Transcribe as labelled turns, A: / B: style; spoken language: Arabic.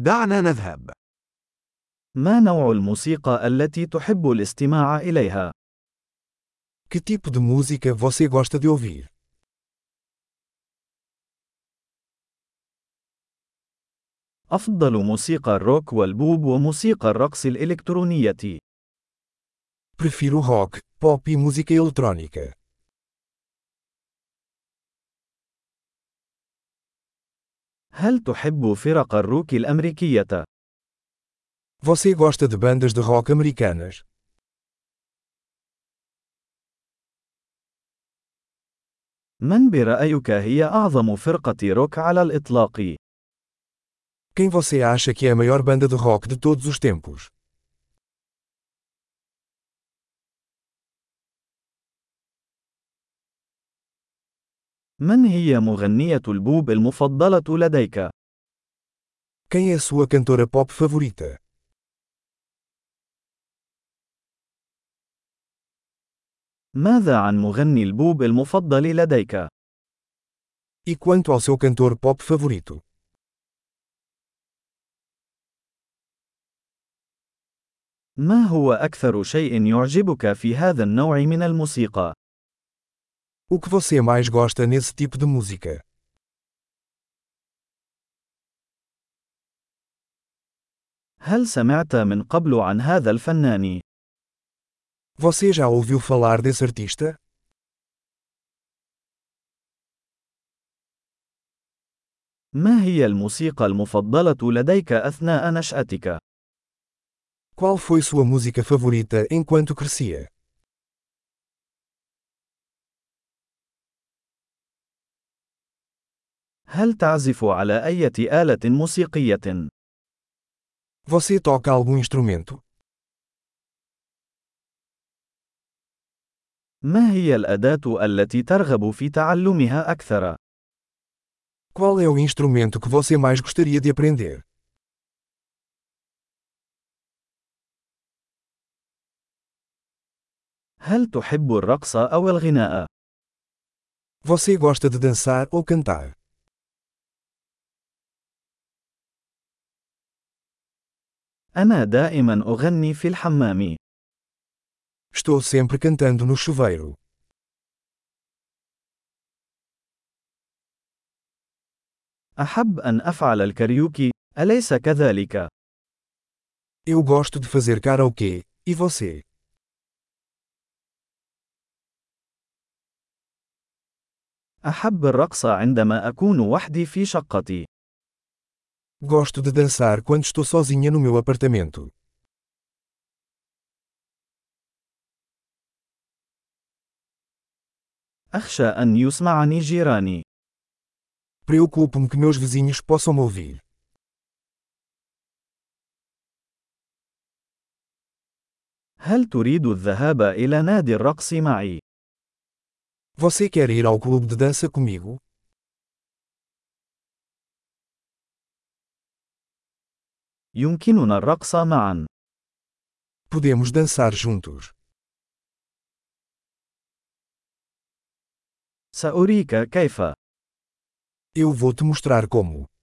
A: دعنا نذهب.
B: ما نوع الموسيقى التي تحب الاستماع إليها؟
C: Que tipo de música você gosta de ouvir?
B: أفضل موسيقى الروك والبوب وموسيقى الرقص الإلكترونية.
C: Prefiro rock, pop e música eletrônica.
B: هل تحب فرق الروك الأمريكية؟
C: Você gosta de bandas de rock americanas?
B: من برأيك هي أعظم فرقة روك على الإطلاق؟
C: Quem você acha que é a maior banda de rock de todos os tempos?
B: من هي مغنية البوب المفضلة لديك؟
C: Quem é sua cantora pop favorita?
B: ماذا عن مغني البوب المفضل لديك؟
C: E quanto ao seu cantor pop favorito?
B: ما هو أكثر شيء يعجبك في هذا النوع من الموسيقى؟
C: O que você mais gosta nesse tipo de música?
B: هل سمعت من قبل عن هذا الفنان؟
C: Você já ouviu falar desse artista?
B: ما هي الموسيقى المفضلة لديك أثناء نشأتك؟
C: Qual foi sua música favorita enquanto crescia?
B: هل تعزف على أية آلة موسيقية؟
C: Você toca algum instrumento?
B: ما هي الأداة التي ترغب في تعلمها أكثر؟
C: Qual é o instrumento que você mais gostaria de aprender?
B: هل تحب الرقص أو الغناء؟
C: Você gosta de dançar ou cantar?
B: أنا دائما أغني في الحمام.
C: Estou sempre cantando no chuveiro.
B: أحب أن أفعل الكاريوكي، أليس كذلك؟
C: Eu gosto de fazer karaokê. E você?
B: أحب الرقص عندما أكون وحدي في شقتي.
C: Gosto de dançar quando estou sozinha no meu apartamento.
B: أخشى أن يسمعني جيراني.
C: Preocupo-me que meus vizinhos possam me ouvir.
B: هل تريد الذهاب إلى نادي الرقص معي؟
C: Você quer ir ao clube de dança comigo?
B: يمكننا الرقص معا.
C: Podemos dançar juntos.
B: سأريك كيف.
C: Eu vou te mostrar como.